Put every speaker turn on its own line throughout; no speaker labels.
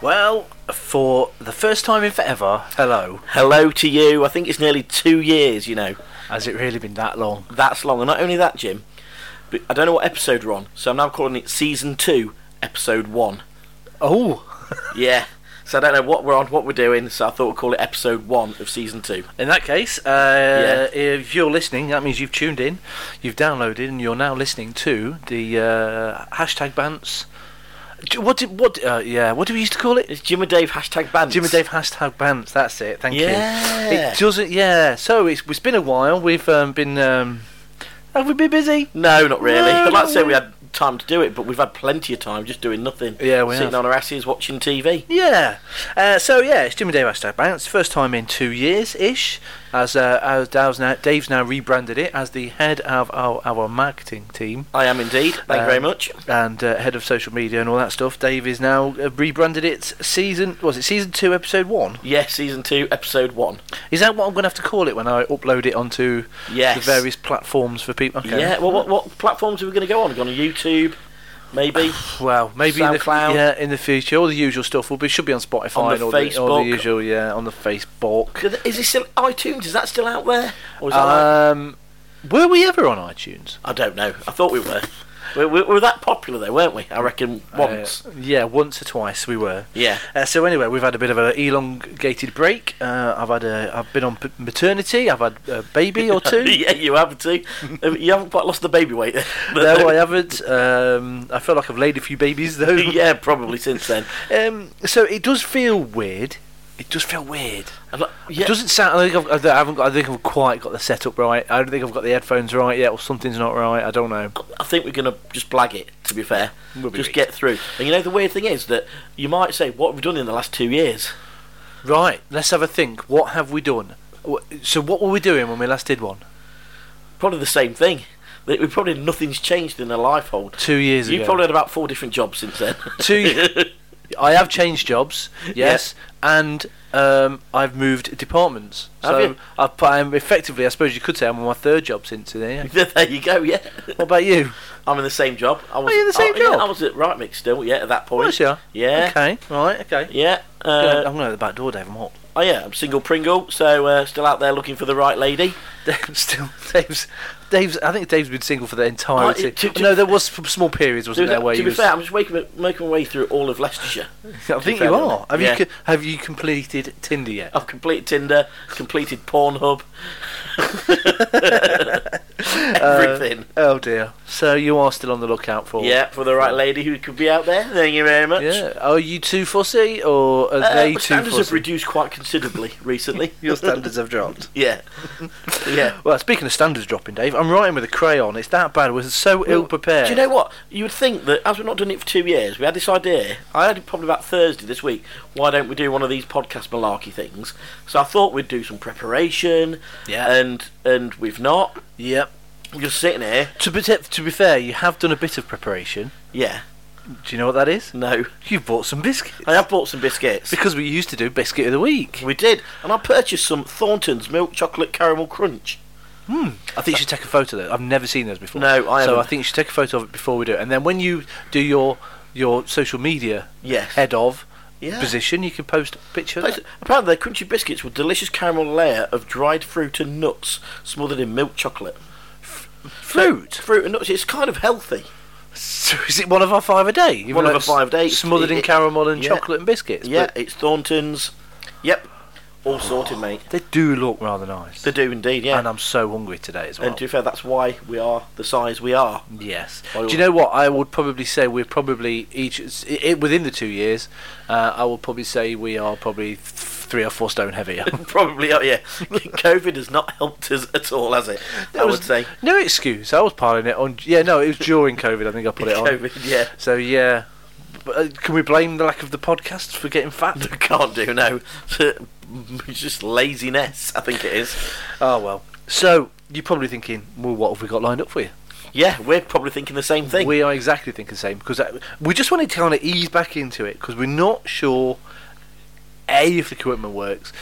Well, for the first time in forever, hello.
Hello to you. I think it's nearly two years, you know.
Has it really been that long?
That's long. And not only that, Jim, but I don't know what episode we're on, so I'm now calling it season two, episode one.
Oh,
yeah. So I don't know what we're on, what we're doing, so I thought we'd call it episode one of season two.
in that case, uh, if you're listening, that means you've tuned in, you've downloaded, and you're now listening to the uh, hashtag Bants. J- What did what? Uh, yeah, what do we used to call it?
It's Jim and Dave hashtag band.
Jim and Dave hashtag Bants. That's it. Thank
Yeah.
you. It doesn't. Yeah. So it's it's been a while. We've um, been. Um, have we been busy?
No, not really. I'd
No,
like
not
to say we
really.
had time to do it, but we've had plenty of time just doing nothing.
Yeah, we
Sitting
have.
on our asses watching TV.
Yeah. Uh, so yeah, it's Jimmy Dave hashtag bounce. First time in two years ish. As uh, as Dave's now, Dave's now rebranded it as the head of our, our marketing team
I am indeed. Thank
Uh,
you very much.
and uh, head of social media and all that stuff. Dave is now uh, rebranded it. Season was it season two, episode one?
Yes, season two, episode one.
Is that what I'm going to have to call it when I upload it onto
Yes.
the various platforms for people? Okay.
Yeah. Well, what, what platforms are we going to go on? Go on YouTube, maybe
Well, maybe in the, f-
SoundCloud.
yeah, in the future, all the usual stuff will be should be on Spotify
On the
and all the, all
Facebook.
the usual yeah on the Facebook.
Do th- Is it still iTunes? Is that still out there? Or is that out-
Um, were we ever on iTunes?
I don't know. I thought we were. we, we, we were that popular though, weren't we? I reckon once.
Uh, yeah, once or twice we were.
yeah.
Uh, so anyway, we've had a bit of an elongated break. Uh, I've had a, I've been on p- maternity. I've had a baby or two.
yeah, you have too. Um, you haven't quite lost the baby weight. then.
no, I haven't. Um, I feel like I've laid a few babies though.
yeah, probably since then.
Um, so it does feel weird. It does feel weird.
I'm like, yeah,
It doesn't sound. I think I've, I haven't. Got, I think I've quite got the setup right. I don't think I've got the headphones right yet, or something's not right. I don't know.
I think we're gonna just blag it. To be fair,
We'll be
just
right.
get through. And you know the weird thing is that you might say, "What have we done in the last two years?"
Right. Let's have a think. What have we done? Wh- So what were we doing when we last did one?
Probably the same thing. That we probably nothing's changed in their life hold.
Two years
You've
ago.
probably had about four different jobs since then.
Two- I have changed jobs, yes, and um, I've moved departments.
Have
So
you?
I've, pu- I'm effectively, I suppose you could say, I'm on my third job since then. yeah.
there you go. Yeah,
What about you?
I'm in the same job. I was,
Oh, you're in the same
I, yeah,
job?
I was at Right Mix still. Yeah, at that point.
Was you?
Yeah.
Okay. Right. Okay.
Yeah.
I'm
Uh,
going to the back door, Dave. I'm hot.
oh yeah, I'm single Pringle, so uh, still out there looking for the right lady.
Dave's still Dave's. Dave's. I think Dave's been single for the entirety.
to- to-
no, there was some small periods, wasn't there?
to
Where
be
you was,
fair, I'm just making, making my way through all of Leicestershire.
I think
fair,
you are. Have
yeah.
you co- have you completed Tinder yet?
I've completed Tinder, completed Pornhub,
Uh,
everything.
Oh dear. So you are still on the lookout for?
yeah, for the right lady who could be out there. Thank you very much.
oh. Yeah. Are you too fussy, or are
Uh,
they
my
too
standards have
fussy?
reduced quite considerably recently.
Your standards have dropped.
yeah, yeah.
Well, speaking of standards dropping, Dave, I'm writing with a crayon. It's that bad. We're so ill prepared.
Do you know what? You would think that as we've not done it for two years, we had this idea. I had it probably about Thursday this week. Why don't we do one of these podcast malarkey things? So I thought we'd do some preparation.
Yeah.
And and we've not.
Yep.
We're just sitting here.
To be, to be fair, you have done a bit of preparation.
Yeah.
Do you know what that is?
No.
You've bought some biscuits.
I have bought some biscuits.
Because we used to do biscuit of the week.
We did, and I purchased some Thornton's milk chocolate caramel crunch.
Hmm. I think you should take a photo of it. I've never seen those before.
No, I
So I
haven't.
think you should take a photo of it before we do it. And then when you do your your social media
Yes.
head of
Yeah.
position, you can post a picture of that.
Apparently, their crunchy biscuits with delicious caramel layer of dried fruit and nuts smothered in milk chocolate.
Fruit.
Fruit and nuts. It's kind of healthy.
So is it one of our five a day? Even
One of
though
our
it's
five a day.
Smothered in
It-
caramel and
yeah.
chocolate and biscuits.
Yeah,
but
it's Thornton's. Yep, all sorted, mate.
They do look rather nice.
They do indeed. Yeah,
Oh. And uh, I'm so hungry today as well.
and to be fair, that's why we are the size we are.
Yes.
I
Do
would-
you know what? I would probably say we're probably each i i within the two years. Uh, I would probably say we are probably th- three or four stone heavier.
Probably, oh yeah. COVID has not helped us at all, has it? I
There was
would say
no excuse. I was piling it on. Yeah, no, it was during COVID. I think I put it on.
COVID. Yeah,
So yeah, but, uh, can we blame the lack of the podcast for getting fat?
can't do no. It's just laziness, I think it is.
oh well. So you're probably thinking, well, what have we got lined up for you?
Yeah, we're probably thinking the same thing.
We are exactly thinking the same because we just wanted to kind of ease back into it because we're not sure a if the equipment works,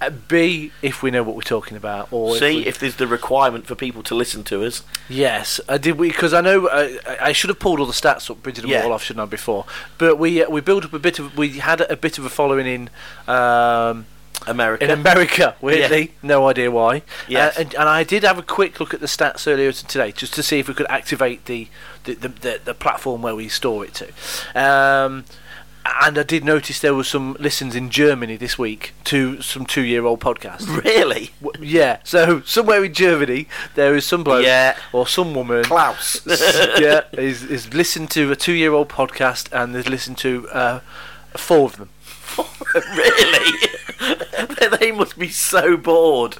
Uh, B, if we know what we're talking about, or if
See
we-
if there's the requirement for people to listen to us.
Yes, I did. Because I know uh, I, I should have pulled all the stats up, printed them
Yeah.
all off, shouldn't I? Before, but we uh, we built up a bit of we had a bit of a following in um,
America.
in America. Weirdly, no idea why.
Yes.
Uh, and, and I did have a quick look at the stats earlier t- today, just to see if we could activate the the, the, the, the platform where we store it to. Um, and I did notice there were some listens in Germany this week to some two-year-old podcasts.
really?
W- Yeah, so somewhere in Germany there is some bloke
Yeah.
or some woman.
Klaus.
yeah, is is listened to a two-year-old podcast and has listened to uh, four of them.
really? They- they must be so bored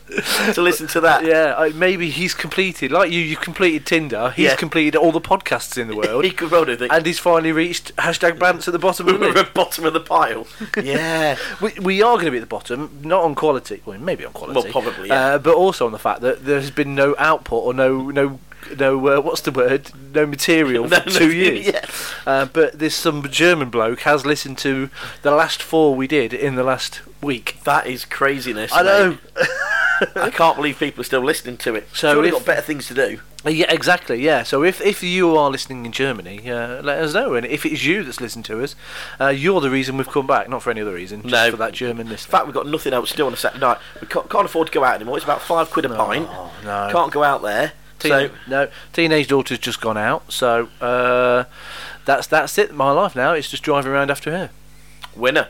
to listen to that.
Yeah, I, maybe he's completed like you. You've completed Tinder. He's
Yeah.
completed all the podcasts in the world,
He could probably think
and he's finally reached hashtag Bants at the bottom of the
we're
list.
at the bottom of the pile. Yeah.
We, we are going to be at the bottom, not on quality. Well, maybe on quality.
Well, probably, yeah.
Uh, but also on the fact that there has been no output or no no no uh, what's the word? No material
No,
for
no,
two years.
yeah.
Uh, but this some German bloke has listened to the last four we did in the last week.
That is craziness.
I know.
mate. I can't believe people are still listening to it.
So
Surely
if-
got better things to do.
Uh, Yeah, exactly. Yeah. So if if you are listening in Germany, uh, let us know. And if it's you that's listened to us, uh, you're the reason we've come back, not for any other reason, just
No.
for that German
In
listener.
fact, we've got nothing else to do on a Saturday night. We can't, can't afford to go out anymore. It's about five quid a pint.
no.
Can't go out there.
Teen-
So
no, teenage daughter's just gone out, so uh, that's that's it. My life now is just driving around after her.
winner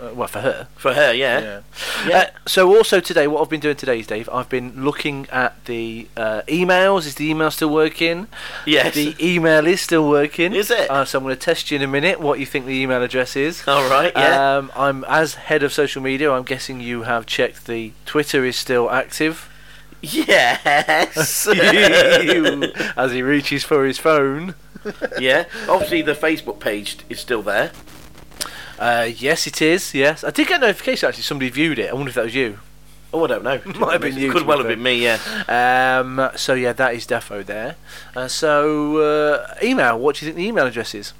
Uh, well, for her.
for her. Yeah. Yeah.
Uh, so also today, what I've been doing today is Dave. I've been looking at the uh, emails. Is the email still working?
Yes.
The email is still working.
Is it?
Uh, so I'm going to test you in a minute what you think the email address is.
Uh, All right. Yeah.
Um, I'm as head of social media. I'm guessing you have checked the Twitter is still active.
yes.
as he reaches for his phone.
yeah. Obviously, the Facebook page is still there.
Uh, yes, it is. Yes, I did get a notification actually. Somebody viewed it. I wonder if that was you.
Oh, I don't know.
Might have been you,
Could
to
well have
be fair.
been me. Yeah.
Um, so yeah, that is Defo there. Uh, so uh, email. What do you think the email address is?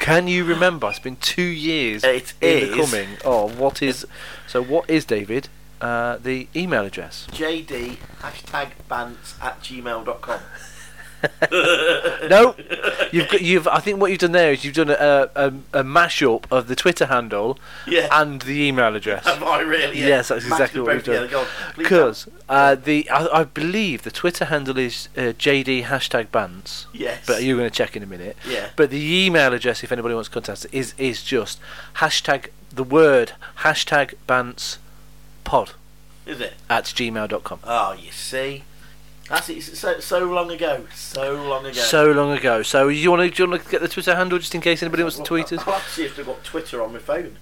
Can you remember? It's been two years
It
in the
is.
coming. Oh, what is? So what is David? Uh, the email address.
JD hashtag bants at gmail.com.
No, you've got, you've. I think what you've done there is you've done a, a, a mashup of the Twitter handle
Yeah.
and the email address.
Am I really? Yeah.
Yes, that's exactly what we've done. Because uh, the I, I believe the Twitter handle is uh, JD hashtag bans.
Yes.
But you're going to check in a minute.
Yeah.
But the email address, if anybody wants to contact us, is is just hashtag the word hashtag bans pod
Is it?
at gmail.com.
Oh, you see, that's it. It's so so long ago. So long ago.
So long ago. So you want to you want to get the Twitter handle just in case anybody wants to tweet us?
I'll have to see if they've got Twitter on my phone.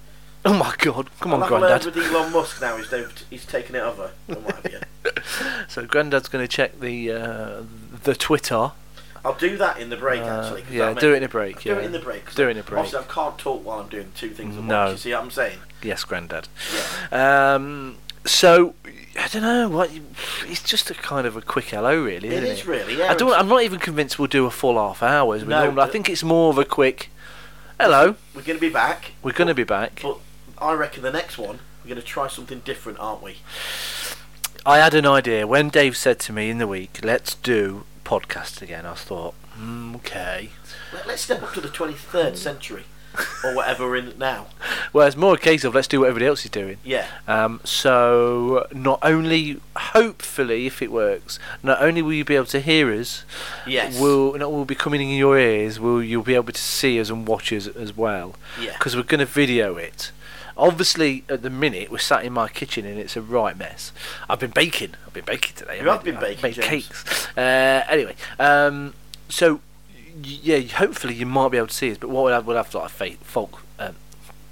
Oh my God! Come on,
I'll have a word
Grandad.
with Elon Musk now. He's, don't- he's taken it over. and what have you.
So Grandad's going to check the uh, the Twitter.
I'll do that in the break
Uh,
actually. 'cause
yeah,
that
do
may-
it in a break,
Do
yeah.
it in the break. 'cause
Do it in a break.
Obviously, I can't talk while I'm doing two things at
No.
once. You see what I'm saying?
Yes, Grandad.
Yeah.
Um, so I don't know what it's just a kind of a quick hello, really,
It
isn't it?
is really. Yeah.
I don't. I'm not even convinced we'll do a full half hour. As we
No,
normally, I
but-
think it's more of a quick hello.
We're going to be back.
We're going to be back.
But I reckon the next one we're going to try something different, aren't we?
I had an idea when Dave said to me in the week, "Let's do podcast again." I thought, mm, okay.
Let- Let's step up to the
Mm.
23rd century, or whatever we're in now.
Well, it's more a case of let's do what everybody else is doing.
Yeah.
Um, so not only, hopefully, if it works, not only will you be able to hear us,
Yes.
will not will be coming in your ears. Will you'll be able to see us and watch us as well?
Yeah.
Because we're going to video it. Obviously, at the minute we're sat in my kitchen and it's a right mess. I've been baking. I've been baking today.
You
I
have
made-
been
I
baking,
made
James.
cakes. Uh, anyway, um, so y- yeah, hopefully you might be able to see us. But what we'll have, we'll have like fake, folk, um,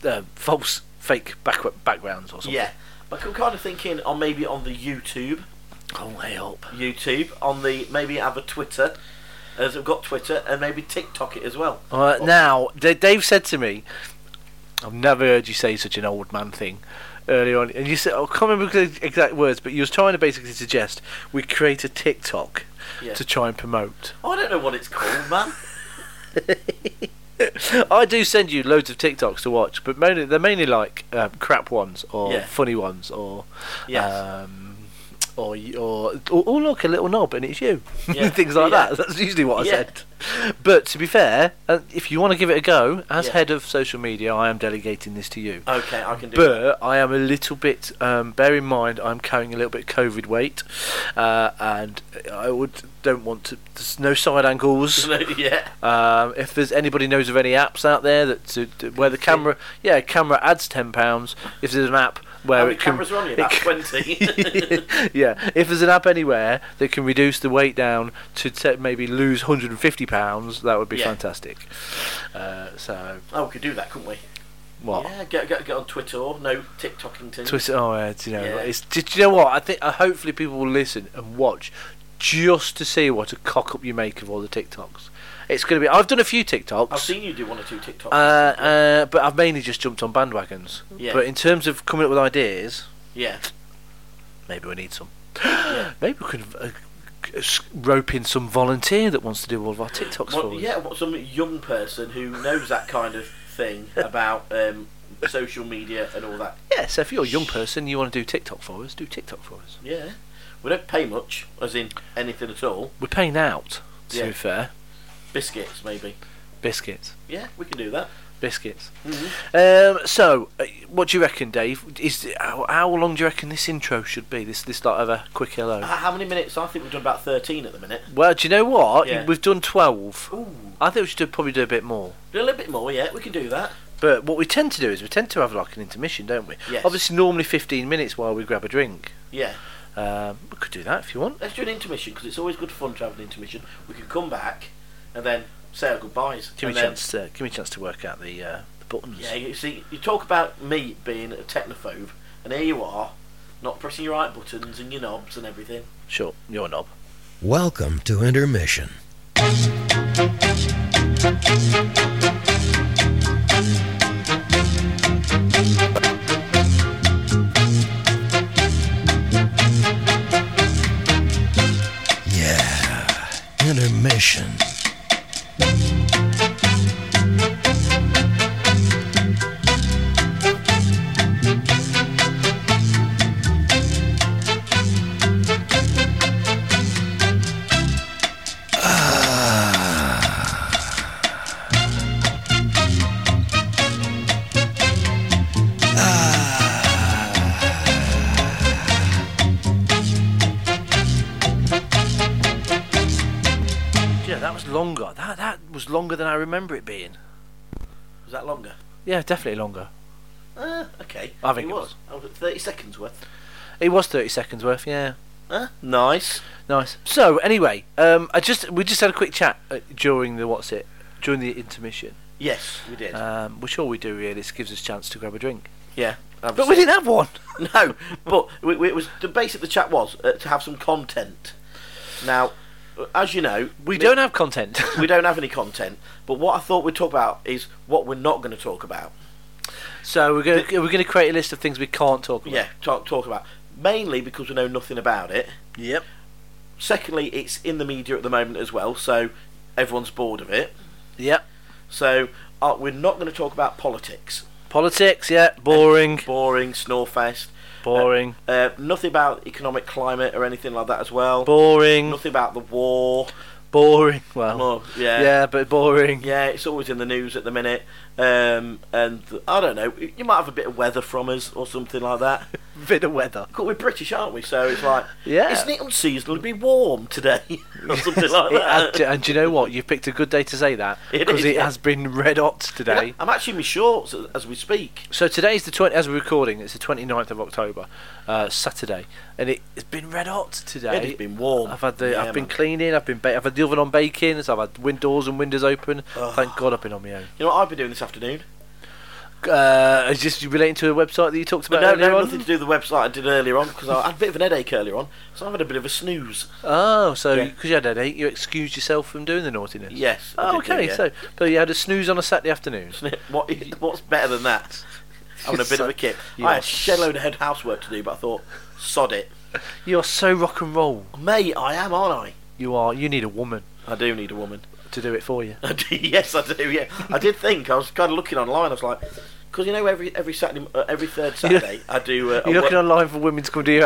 uh, false, fake back, backgrounds or something.
Yeah, but I'm kind of thinking on maybe on the YouTube,
Oh help!
YouTube on the maybe have a Twitter, as I've got Twitter, and maybe TikTok it as well.
Uh, now, D- Dave said to me, "I've never heard you say such an old man thing." Earlier on, and you said, I can't remember the exact words, but you was trying to basically suggest we create a TikTok
Yeah. Oh,
to try and promote.
I don't know what it's called, man.
I do send you loads of TikToks to watch, but mainly they're mainly like um, crap ones or
Yeah.
funny ones or
Yes.
um, or, y- or or oh look a little knob and it's you
Yeah.
things like
Yeah.
that. That's usually what I
Yeah.
said. But to be fair, uh, if you want to give it a go, as
Yeah.
head of social media, I am delegating this to you.
Okay, I can do that.
But I am a little bit. Um, bear in mind, I'm carrying a little bit COVID weight, uh, and I would don't want to. There's no side angles.
yeah.
Um, if there's anybody knows of any apps out there that to, to- where the camera, yeah, camera adds ten pounds. If there's an app where
How many
it can,
cameras are on you?
it
About
can-
20.
yeah, if there's an app anywhere that can reduce the weight down to te- maybe lose 150 pounds, that would be
Yeah.
fantastic. Uh, so
oh, we could do that, couldn't we?
what?
Yeah, get, get, get on Twitter. No TikToking things.
Twitter. Oh, uh, do you know,
Yeah.
it's, do, do you know what? I think uh, hopefully people will listen and watch just to see what a cock up you make of all the TikToks. It's going to be. I've done a few TikToks.
I've seen you do one or two TikToks.
uh, uh, but I've mainly just jumped on bandwagons.
Yeah.
But in terms of coming up with ideas,
yeah.
maybe we need some.
Yeah.
Maybe we could uh, s- rope in some volunteer that wants to do all of our TikToks
What-
for us.
yeah, what, some young person who knows that kind of thing about um, social media and all that.
Yeah, so if you're a young person, you want to do TikTok for us, do TikTok for us.
Yeah. We don't pay much, as in anything at all.
We're paying out, to
Yeah.
be fair.
Biscuits, maybe.
Biscuits.
Yeah, we can do that.
Biscuits.
Mm-hmm.
Um, so, uh, what do you reckon, Dave? Is how, how long do you reckon this intro should be? This this like of a quick hello.
H- How many minutes? I think we've done about 13 at the minute.
well, do you know what?
Yeah.
We've done twelve.
Ooh.
I think we should do- probably do a bit more.
Do a little bit more, yeah, we can do that.
But what we tend to do is we tend to have like an intermission, don't we?
Yes.
Obviously, normally 15 minutes while we grab a drink.
Yeah.
Um, we could do that if you want.
Let's do an intermission because it's always good fun to have an intermission. We can come back and then say our goodbyes.
Give me
and
a
then-
chance. To, give me a chance to work out the, uh, the buttons.
Yeah, you see, you talk about me being a technophobe, and here you are, not pressing your right buttons and your knobs and everything.
Sure, your knob.
Welcome to intermission. Yeah, intermission.
Yeah, that was longer. That that was longer than I remember it being.
Was that longer?
Yeah, definitely longer.
Uh, okay.
I think it was.
I was at 30 seconds worth.
It was 30 seconds worth. Yeah.
Uh, nice.
Nice. So anyway, um, I just we just had a quick chat uh, during the what's it during the intermission,
Yes, we did.
um, which all we do really is gives us a chance to grab a drink.
yeah.
But we didn't have one.
no, but we, we, it was the base of the chat was uh, to have some content. Now, uh, as you know,
We
me-
don't have content.
we don't have any content. But what I thought we'd talk about is what we're not going to talk about.
So we're going to we're going to create a list of things we can't talk about.
Yeah, talk talk about mainly because we know nothing about it.
Yep.
Secondly, it's in the media at the moment as well, so everyone's bored of it.
Yep.
So uh, we're not going to talk about politics.
Politics. Yeah. Boring.
Boring, snorefest.
Boring.
Uh, nothing about economic climate or anything like that as well.
Boring.
Nothing about the war.
Boring. Well.
Oh, yeah.
Yeah, but boring.
Yeah, it's always in the news at the minute. Um, and I don't know, you might have a bit of weather from us or something like that.
Bit of weather.
'Cause we're British, aren't we? So it's like,
Yeah.
isn't it unseasonably warm today? or something like
It has-
that.
and, do you know what? You've picked a good day to say that
It
because
is,
it
yeah.
has been red hot today.
I'm actually in my shorts as we speak.
So today's the 20 as we're recording. It's the 29th of October, uh, Saturday, and it, it's been red hot today.
It has been warm.
I've had the
Yeah,
I've been
man.
cleaning. I've been ba- I've had the oven on baking. So I've had win- doors and windows open.
Ugh.
Thank God I've been on my own.
You know what I've been doing this afternoon?
Uh, is this relating to a website that you talked about
no,
earlier
no,
on?
nothing to do with the website I did earlier on because I had a bit of an headache earlier on, so I've had a bit of a snooze.
Oh, so
Yeah.
because you had a headache, you excused yourself from doing the naughtiness.
Yes. I
Oh,
did do,
okay.
yeah.
So, but you had a snooze on a Saturday afternoon.
what what's better than that? Having a bit of a kick.
You
I
are
had a shed load of head housework to do, but I thought, sod it,
You are so rock and roll.
mate. I am, aren't
You are. You need a woman.
I? I do need a woman.
to do it for you.
I do- yes, I do. Yeah, I did think I was kind of looking online. I was like, because you know, every every Saturday, uh, every third Saturday, I do. Uh, a
You're looking
work-
online for women to come do your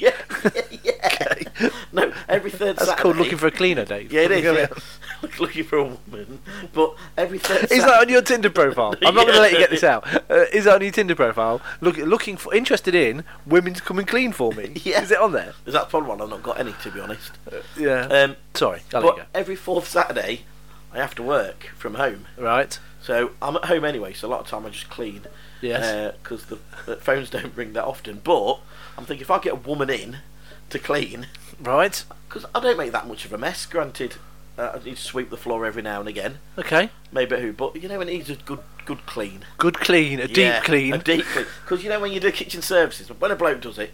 yeah, yeah, yeah. No, every third
That's
Saturday.
called looking for a cleaner, Dave.
Yeah, it is.
Look
Yeah.
at that.
Look- looking for a woman, but every third.
Is that on your Tinder profile? I'm not going to let you get this
Yeah.
out. Uh, is that on your Tinder profile? Look, looking for, interested in women to come and clean for me.
Yeah.
Is it on there?
Is that probably one I've not got any to be honest.
Uh, Yeah.
Um,
Sorry, I'll let
but
you
every fourth Saturday, I have to work from home,
go. Right.
so I'm at home anyway. So a lot of time I just clean.
Yes.
Because Uh, the, the phones don't ring that often, but I'm thinking if I get a woman in to clean,
right.
because I don't make that much of a mess. Granted, uh, I need to sweep the floor every now and again,
Okay.
maybe who, but you know it needs a good good clean.
Good clean, a
Yeah,
deep clean.
A deep clean. Because you know when you do kitchen services, when a bloke does it,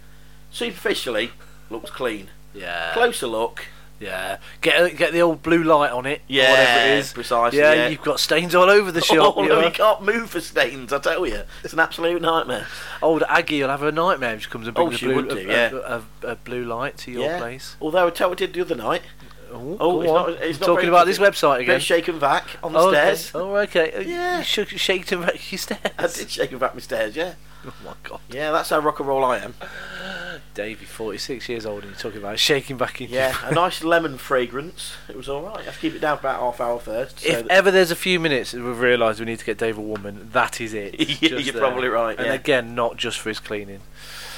superficially looks clean.
yeah.
Closer look.
Yeah. Get get the old blue light on it. or
Yeah,
Whatever it is.
precisely,
Yeah,
yeah.
You've got stains all over the shop.
oh,
you
no,
know.
you can't move for stains. I tell you, it's an absolute nightmare.
Old Oh, Aggie will have a nightmare if she comes and brings
Oh,
a,
she
blue,
would do,
a- a-
yeah.
a- a blue light to your
yeah.
place.
Although I tell you what I did the other night.
Oh,
Oh,
go
it's
on.
not, it's
You're
not
talking
very
about
pretty.
this website again.
Bit of shake and vac on the
oh,
stairs.
Okay. Oh, okay. Uh,
Yeah.
You shook, shaked him back your stairs.
I did shake and vac my stairs. Yeah,
Oh my god.
yeah. That's how rock and roll I am.
Davey, 46 years old, and you're talking about shaking back in
Yeah,
your
a nice lemon fragrance. It was all right. I keep it down for about half hour first. So
If
that-
ever there's a few minutes that we've realised we need to get Dave a woman, that is it. It's
Yeah,
just
you're
there.
probably right,
And
yeah.
again, not just for his cleaning.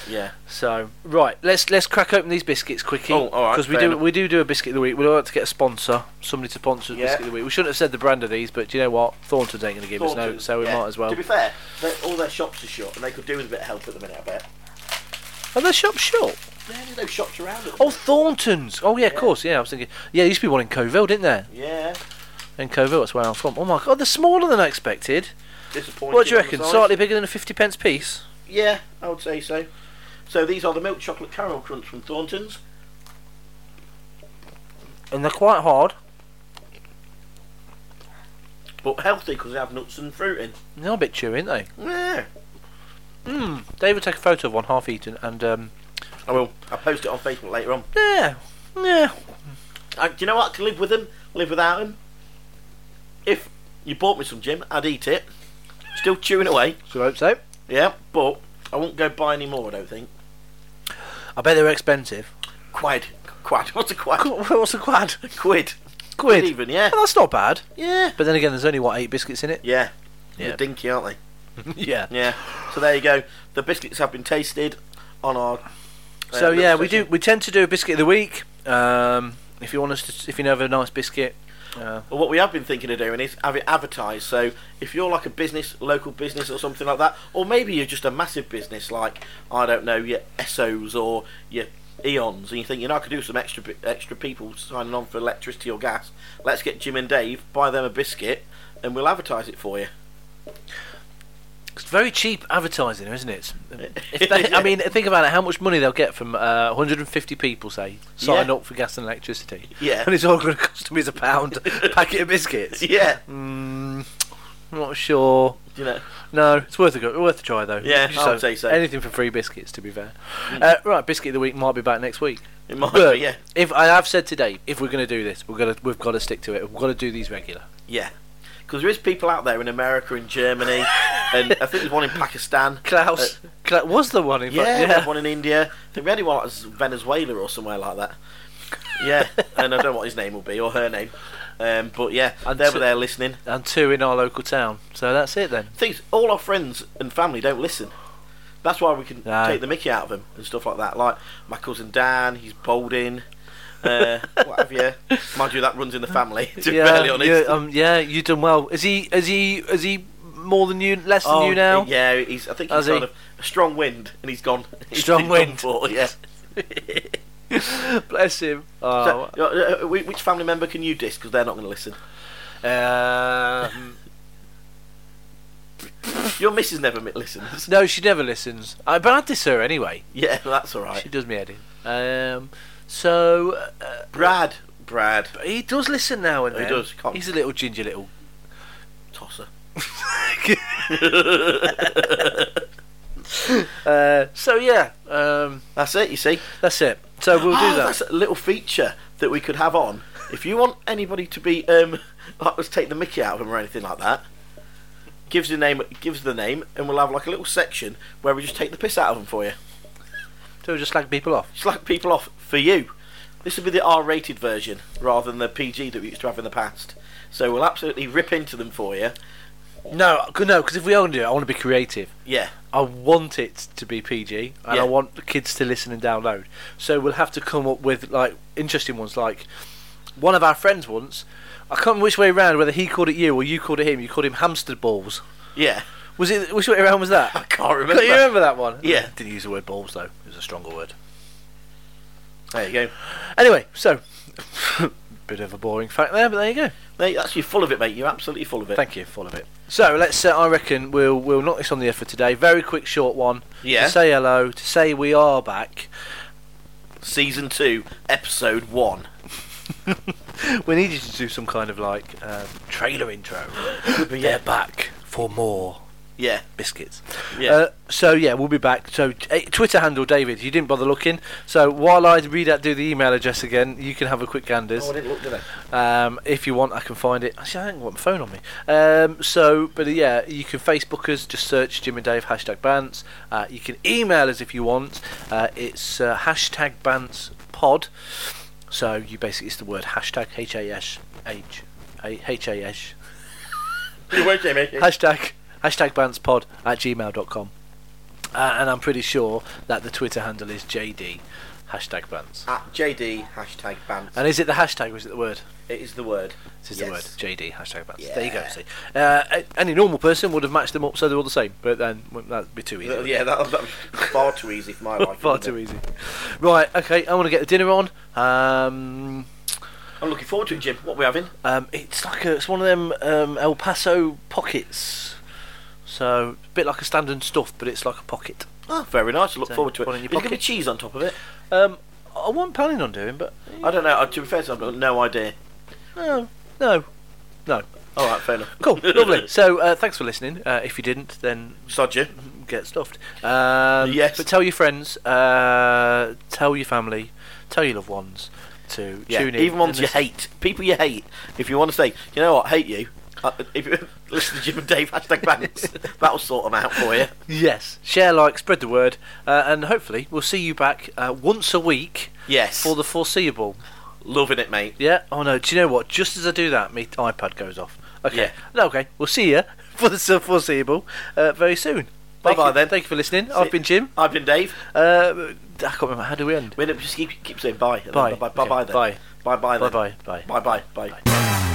yeah,
So right, let's let's crack open these biscuits quickly.
Oh, all right,
Because we
fair
do
enough.
we do do a biscuit of the week. We'll have to get a sponsor, somebody to sponsor the
Yeah.
biscuit of the week. We shouldn't have said the brand of these, but do you know what? Thornton's ain't going to give us no,
Thornton's,
so we
yeah.
might as well.
To be fair, they, all their shops are shut, and they could do with a bit of help at the minute. I bet.
Are their shops shut?
There's no shops around. At the
Oh, Thornton's. Oh yeah, of
Yeah.
course. Yeah, I was thinking. Yeah, there used to be one in Coville, didn't there?
Yeah,
In Coville, that's where I'm from. Oh my god, they're smaller than I expected.
disappointing.
What do you
on the
reckon?
size.
Slightly bigger than a fifty pence piece.
Yeah, I would say so. So these are the milk chocolate caramel crunch from Thornton's.
and they're quite hard.
But healthy because they have nuts and fruit in.
They're a bit chewy, aren't they?
Yeah,
Mm. Dave will take a photo of one half eaten, and um,
I will. I'll post it on Facebook later on.
yeah, yeah,
I, do you know what? I can live with them, live without them. If you bought me some, Jim, I'd eat it. Still chewing away.
so I hope so.
Yeah, but I won't go buy any more. I don't think.
I bet they were expensive.
Quid, quid. What's a quid?
Qu- What's a quad?
Quid.
Quid.
Even yeah,
Well, that's not bad.
yeah,
But then again, there's only what eight biscuits in it.
yeah.
Yeah.
They're dinky, aren't
yeah.
they? Yeah. So there you go. The biscuits have been tasted on our. uh,
So yeah,
little
we do.
session.
We tend to do a biscuit of the week. Um, if you want us to, if you know of a nice biscuit, uh,
Well, what we have been thinking of doing is have it advertised. So if you're like a business, local business or something like that, or maybe you're just a massive business like I don't know your Essos or your Eons, and you think you know I could do some extra bi- extra people signing on for electricity or gas. Let's get Jim and Dave, buy them a biscuit, and we'll advertise it for you.
it's very cheap advertising, isn't it? If they, I mean, think about it. How much money they'll get from uh, 150 people, say, sign
Yeah.
up for gas and electricity,
Yeah.
and it's all going to cost them is a pound packet of biscuits.
yeah,
Mm, not sure.
you know.
No, it's worth a go. Worth a try though.
Yeah,
Just
I would say so.
Anything for free biscuits, to be fair. Uh, right, biscuit of the week might be back next week.
It might
But
be, yeah.
If I have said today, if we're going to do this, we're going to we've got to stick to it. We've got to do these regular.
Yeah. Because there is people out there in America and Germany, and I think there's one in Pakistan.
Klaus, Uh, Kla- was the one in fact,
Yeah, we had one in India. I think we had one like Venezuela or somewhere like that. Yeah, and I don't know what his name will be or her name. Um, but yeah,
And
they
so-
were there listening.
and two in our local town. So that's it then.
Things all our friends and family don't listen. That's why we can
No.
take the Mickey out of them and stuff like that. Like my cousin Dan, he's balding. Uh, what have you? Mind you, that runs in the family. To be fairly honest.
yeah, um, yeah, you done well. Is he? Is he? Is he more than you? Less than
Oh,
you now?
Yeah, he's. I think he's
Has he?
kind of a strong wind, and he's gone. He's
Strong
gone
wind.
for, yeah.
Bless him.
So,
Oh,
uh, uh, whi- which family member can you diss? Because they're not going to listen.
um,
Your missus never mi- listens.
no, she never listens. I, but I diss her anyway.
Yeah, that's all
She
right.
does me head in. Um, so uh,
Brad, Brad,
he does listen now and
He
then.
does, come on.
He's a little ginger little.
tosser.
Uh, so yeah, um,
That's it. You see,
that's it. So we'll do
Oh,
that.
That's a little feature that we could have on. If you want anybody to be um, like let's take the Mickey out of him or anything like that. Gives the name, gives the name, and we'll have like a little section where we just take the piss out of them for you,
So just slag people off.
slack people off for you. This will be the R-rated version rather than the PG that we used to have in the past. So we'll absolutely rip into them for you.
No, c- no, because if we owned it, I want to be creative.
Yeah,
I want it to be PG, and
Yeah.
I want the kids to listen and download. So we'll have to come up with like interesting ones. Like one of our friends once, I can't remember which way round, whether he called it you or you called it him. You called him hamster balls.
yeah.
Was it which way around was that?
I can't remember.
Can't you remember that one?
Yeah.
Didn't use the word balls though. It was a stronger word.
There you go.
Anyway, so bit of a boring fact there, but there you go.
Mate, that's you full of it, mate. You're absolutely full of it.
Thank you, full of it. So let's. Uh, I reckon we'll we'll knock this on the air for today. Very quick, short one.
Yeah.
To say hello. To say we are back.
Season two, episode one.
We need you to do some kind of like um, trailer intro. They're back for more
Yeah,
biscuits.
yeah.
Uh, so yeah, we'll be back. So eh, Twitter handle David, you didn't bother looking. So while I read out, do the email address again. You can have a quick ganders.
oh, I didn't look, did I?
Um, if you want, I can find it. Actually, I haven't got my phone on me. Um, so, but uh, yeah, you can Facebook us. Just search Jim and Dave hashtag Bants. Uh, you can email us if you want. Uh, it's uh, hashtag Bants Pod. So you basically it's the word hashtag H A S H A H A S
You won't, Jamie.
hashtag hashtag bantspod at gmail.com. Uh, and I'm pretty sure that the Twitter handle is JD hashtag Bants.
At JD hashtag bans.
And is it the hashtag or is it the word?
It is the word.
This is
Yes.
the word JD hashtag bats.
Yeah.
There you go. See, uh, a- any normal person would have matched them up so they're all the same, but then wouldn't that'd be too easy.
Th- Yeah, that, that was far too easy for my life.
Far
wasn't
too
it?
easy. Right. Okay. I want to get the dinner on. Um,
I'm looking forward to it, Jim. What are we having?
um, it's like a, it's one of them um, El Paso pockets. So a bit like a standard stuff, but it's like a pocket.
Oh, very nice. I look
So,
forward to it.
one in your
Is there gonna be
pocket?
cheese on top of it?
Um, I wasn't planning on doing, but
I don't know. Uh, To be fair, I've got no idea.
no, no, no.
All right, fair enough.
Cool. Lovely. So uh, thanks for listening. Uh, if you didn't, then
Sod you.
get stuffed. Um,
Yes.
But tell your friends, uh, tell your family, tell your loved ones to
Yeah,
tune in.
even ones
and
you
listen.
hate, people you hate. If you want to say, you know what, hate you. Uh, if you listen to Jim and Dave hashtag bans, that'll sort them out for you.
Yes. Share, like, spread the word, uh, and hopefully we'll see you back uh, once a week
Yes,
for the foreseeable.
loving it, mate.
Yeah. Oh no. Do you know what? Just as I do that, my iPad goes off. Okay.
Yeah.
No, okay. We'll see you for the foreseeable uh, very soon. Thank
Bye-bye
you-
then.
Thank you for listening. I've been Jim.
I've been Dave.
Uh, I can't remember. How do we end?
We just keep, keep saying bye. and then
Bye.
Bye.
Okay,
Bye. Bye. then.
bye.
Bye. Bye. then.
Bye. Bye.
Bye. Bye. Bye.